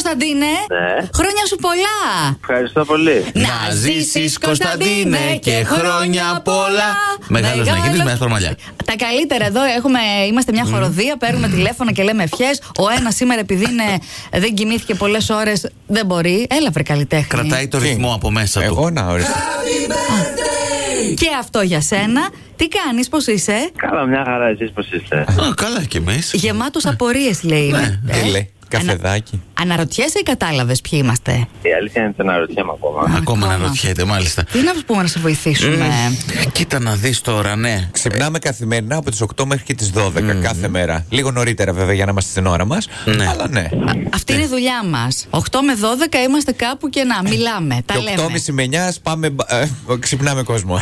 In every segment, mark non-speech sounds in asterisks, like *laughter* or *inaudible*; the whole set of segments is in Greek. Κωνσταντίνε. Ναι. Χρόνια σου πολλά. Ευχαριστώ πολύ. Να ζήσεις Κωνσταντίνε και χρόνια πολλά. Μεγάλος να γίνεις, μεγάλος παρμαλιά. Τα καλύτερα εδώ έχουμε, είμαστε μια χοροδία, παίρνουμε τηλέφωνα και λέμε ευχές. Ο ένας σήμερα επειδή είναι, δεν κοιμήθηκε πολλές ώρες, δεν μπορεί. Έλα, βρε καλλιτέχνη. Κρατάει το Τι? Ε, ρυθμό από μέσα του. Εγώ να ορίστε. Και αυτό για σένα. Τι κάνεις, πώς είσαι. Καλά, μια χαρά εσείς πως είστε. Α, καλά κι εμείς. Γεμάτος απορίες, λέει. Ναι, Ε, Τι λέει, καφεδάκι. ανα- Αναρωτιέσαι ή κατάλαβες ποιοι είμαστε. Η αλήθεια είναι ότι αναρωτιέμαι ακόμα. Ακόμα να ακόμα. ρωτιέται, μάλιστα. Τι να σου πούμε να σε βοηθήσουμε. Κοίτα να δεις τώρα, ναι. Ξυπνάμε καθημερινά από τις 8 μέχρι και τι 12 κάθε μέρα. Λίγο νωρίτερα βέβαια για να είμαστε στην ώρα μας. Ναι. Αλλά ναι. Αυτή είναι η δουλειά μας. 8 με 12 είμαστε κάπου και να μιλάμε. Τα Και λέμε. 8.30 με 9 πάμε. μπα- ε, ξυπνάμε κόσμο.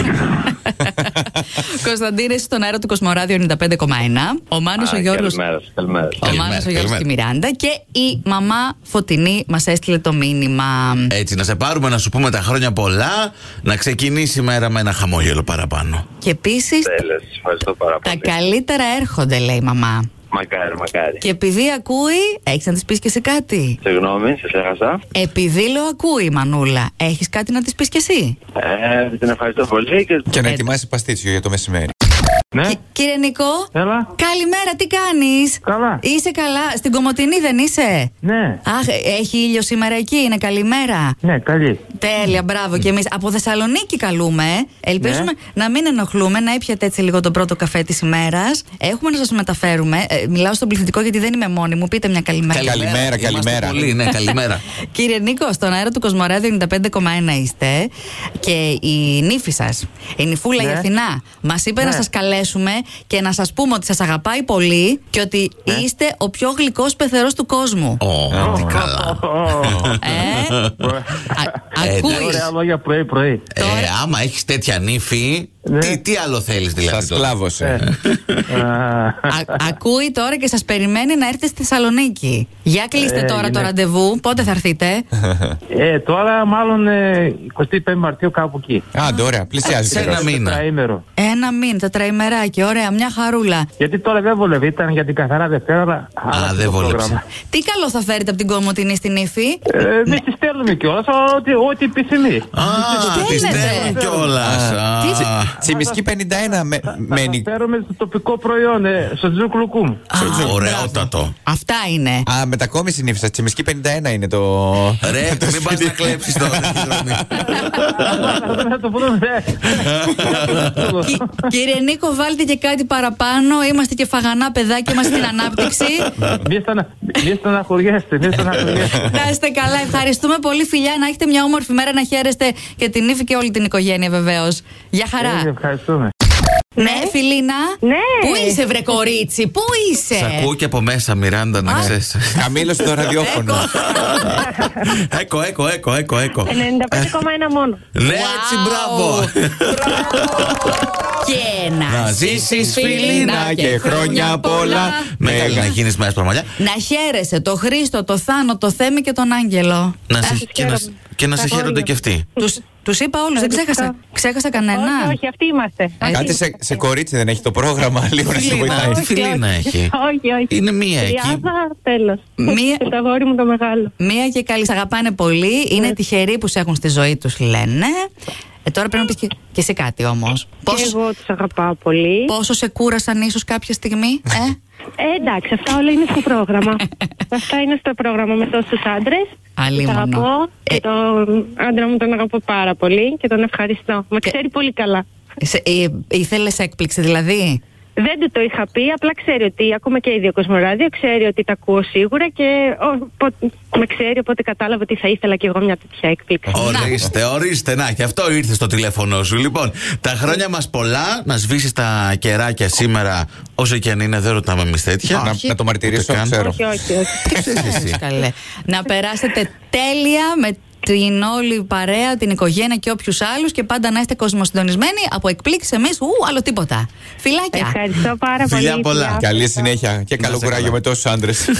Κωνσταντίνε στον αέρα του Κοσμοράδιο 95,1. Ο Μάνος ο Α, Γιώργος Καλημέρα, σας, καλημέρα. σας. Ο Καλημέρα, Μάνος, ο Γιώργος και η καλημέρα. Μιράντα και η μαμά Φωτεινή μας έστειλε το μήνυμα. Έτσι, να σε πάρουμε να σου πούμε τα χρόνια πολλά, να ξεκινήσει η μέρα με ένα χαμόγελο παραπάνω. Και επίσης Τέλος, ευχαριστώ πάρα τα πολύ. καλύτερα έρχονται, λέει η μαμά. Μακάρι, μακάρι. Και επειδή ακούει, έχεις να της πεις και σε κάτι. Συγγνώμη, σας έχασα. Επειδή λέω ακούει η μανούλα, έχεις κάτι να της πεις και εσύ. Ε, την ευχαριστώ πολύ και και να ετοιμάσεις παστίτσιο για το μεσημέρι. Ναι, Κυ- Κύριε Νικό, έλα. καλημέρα, τι κάνεις. Καλά. Είσαι καλά, στην Κομωτινή δεν είσαι. Ναι, Αχ, έχει ήλιο σήμερα εκεί, είναι καλημέρα. ναι, καλή. Ναι. Τέλεια, μπράβο και εμείς. Από Θεσσαλονίκη καλούμε. Ελπίζουμε να μην ενοχλούμε, να έπιατε έτσι λίγο τον πρώτο καφέ της ημέρας. Έχουμε να σας μεταφέρουμε. ε, μιλάω στον πληθυντικό γιατί δεν είμαι μόνη μου. Πείτε μια καλημέρα. Καλημέρα, Είμαστε καλημέρα. Πολύ, ναι, καλημέρα. Κύριε Νίκο, στον αέρα του Κοσμοράδιο 95,1 είστε και η νύφη σας, η νυφούλα Ναι. η Αθηνά, μας είπε να Ναι. σας καλέσουμε και να σας πούμε ότι σας αγαπάει πολύ και ότι Ναι. είστε ο πιο γλυκός πεθερός του κόσμου. Ω, τι καλά. Ε, α- Ε, ακούεις. ναι, Ωραία λόγια πρωί-πρωί. Ε, άμα έχεις τέτοια νύφη, Ναι. τι, τι άλλο θέλεις Σα δηλαδή. τώρα. σκλάβωσε. Ε, Α- ακούει τώρα και σας περιμένει να έρθετε στη Θεσσαλονίκη. Για κλείστε Ε, τώρα το γυναίκα. ραντεβού. Πότε θα έρθετε, Ε, τώρα μάλλον ε, 25 Μαρτίου κάπου εκεί. Άντε, ωραία, πλησιάζει. Σε ένα καιρός. μήνα. Τετραήμερο. Ένα μήνα, τετραημεράκι. Ωραία, μια χαρούλα. Γιατί τώρα δεν βολεύει, ήταν για την καθαρά Δευτέρα. αλλά άλλαξε δεν το βόλεψε. πρόγραμμα. Τι καλό θα φέρετε από την Κομωτινή στην ύφη. Ε, Εμείς τη στέλνουμε κιόλας ό,τι, ό,τι επιθυμεί. Α, ναι, στέλνετε. τη στέλνουν κιόλα. Τι- Τσιμισκή 51 με- μένει. Φέρουμε στο τοπικό προϊόν, ε, στο τζουκλουκούμ. *laughs* Α, Ωραιότατο. Αυτά είναι. Α, μετακόμιση νύφησα. Τσιμισκή 51 είναι το. Ρε, μην πας να κλέψεις τώρα. Να το βρούμε, *laughs* ναι. Κυ- Κύριε Νίκο, βάλτε και κάτι παραπάνω. Είμαστε και φαγανά παιδάκια, είμαστε στην ανάπτυξη. Μη στανα- Μη στεναχωριέστε, μη στεναχωριέστε. να είστε καλά. Ευχαριστούμε πολύ, φιλιά. Να έχετε μια όμορφη μέρα να χαίρεστε και την ύφη και όλη την οικογένεια, βεβαίως. Γεια χαρά. Ε, Ευχαριστούμε. Ναι, Φιλίνα. Ναι. Πού είσαι, βρε κορίτσι, πού είσαι. Σ' ακούω και από μέσα, Μιράντα, να ξέρει. Χαμήλωσε το ραδιόφωνο. *laughs* Έκο, έκο, έκο, έκο, έκο. 95,1 μόνο. Ναι, έτσι, Wow. μπράβο. Και να, Να ζήσεις, Φιλίνα, και χρόνια πολλά. Μεγάλη να γίνει μέσα παρμαλιά. Να χαίρεσαι το Χρήστο, το Θάνο, το Θέμη και τον Άγγελο. Να σε- Να σας και να- χαίρομαι. Και να σε Τα χαίρονται χώρια. και αυτοί. Τους, τους είπα όλους, δεν ξέχασα. Ξέχασα κανένα. ε, Ε, Όχι, όχι, αυτοί είμαστε. Κάτι σε, σε κορίτσι δεν έχει το πρόγραμμα, λίγο να σε βοηθάει. Φιλίνα, φιλίνα έχει. Όχι, όχι. Είναι μία εκεί. Τριάδα, τέλος. Μία- Και το αγόρι μου το μεγάλο. Μία και καλή, σ' αγαπάνε πολύ. Είναι τυχεροί που σε έχουν στη ζωή τους, λένε. Ε, τώρα πρέπει να πεις και, και εσύ κάτι όμως. Και Πόσο, εγώ τους αγαπάω πολύ. πόσο σε κούρασαν ίσως κάποια στιγμή, ε? Ε, εντάξει, αυτά όλα είναι στο *laughs* πρόγραμμα. αυτά είναι στο πρόγραμμα με τόσους άντρες. Αλίμονο. Τα αγαπώ. Ε. Και τον άντρα μου τον αγαπώ πάρα πολύ και τον ευχαριστώ. Με Και- ξέρει πολύ καλά. Σε- ε, ήθελες έκπληξη δηλαδή. Δεν του το είχα πει, απλά ξέρει ότι ακόμα και η δύο Κοσμοράδιο ξέρει ότι τα ακούω σίγουρα και ο, πο- με ξέρει, οπότε κατάλαβε ότι θα ήθελα κι εγώ μια τέτοια έκπληξη. Ορίστε, ορίστε. Να, και αυτό ήρθε στο τηλέφωνό σου. Λοιπόν, τα χρόνια μας πολλά, να σβήσει τα κεράκια σήμερα, όσο και αν είναι, δεν ρωτάμε εμείς τέτοια. Να, Όχι. να το μαρτυρήσω, Ούτε καν. ξέρω. Όχι, όχι, όχι. Τι ξέρεις Ε, εσύ. καλέ. Να περάσετε τέλεια με την όλη παρέα, την οικογένεια και όποιους άλλους και πάντα να είστε κοσμοσυντονισμένοι από εκπλήξεις εμείς. Ου, άλλο τίποτα. Φιλάκια. Ευχαριστώ πάρα πολύ. Φιλιά πολλά. Φιλιά. Καλή συνέχεια και Να καλό σε κουράγιο καλά. με τόσους άντρες.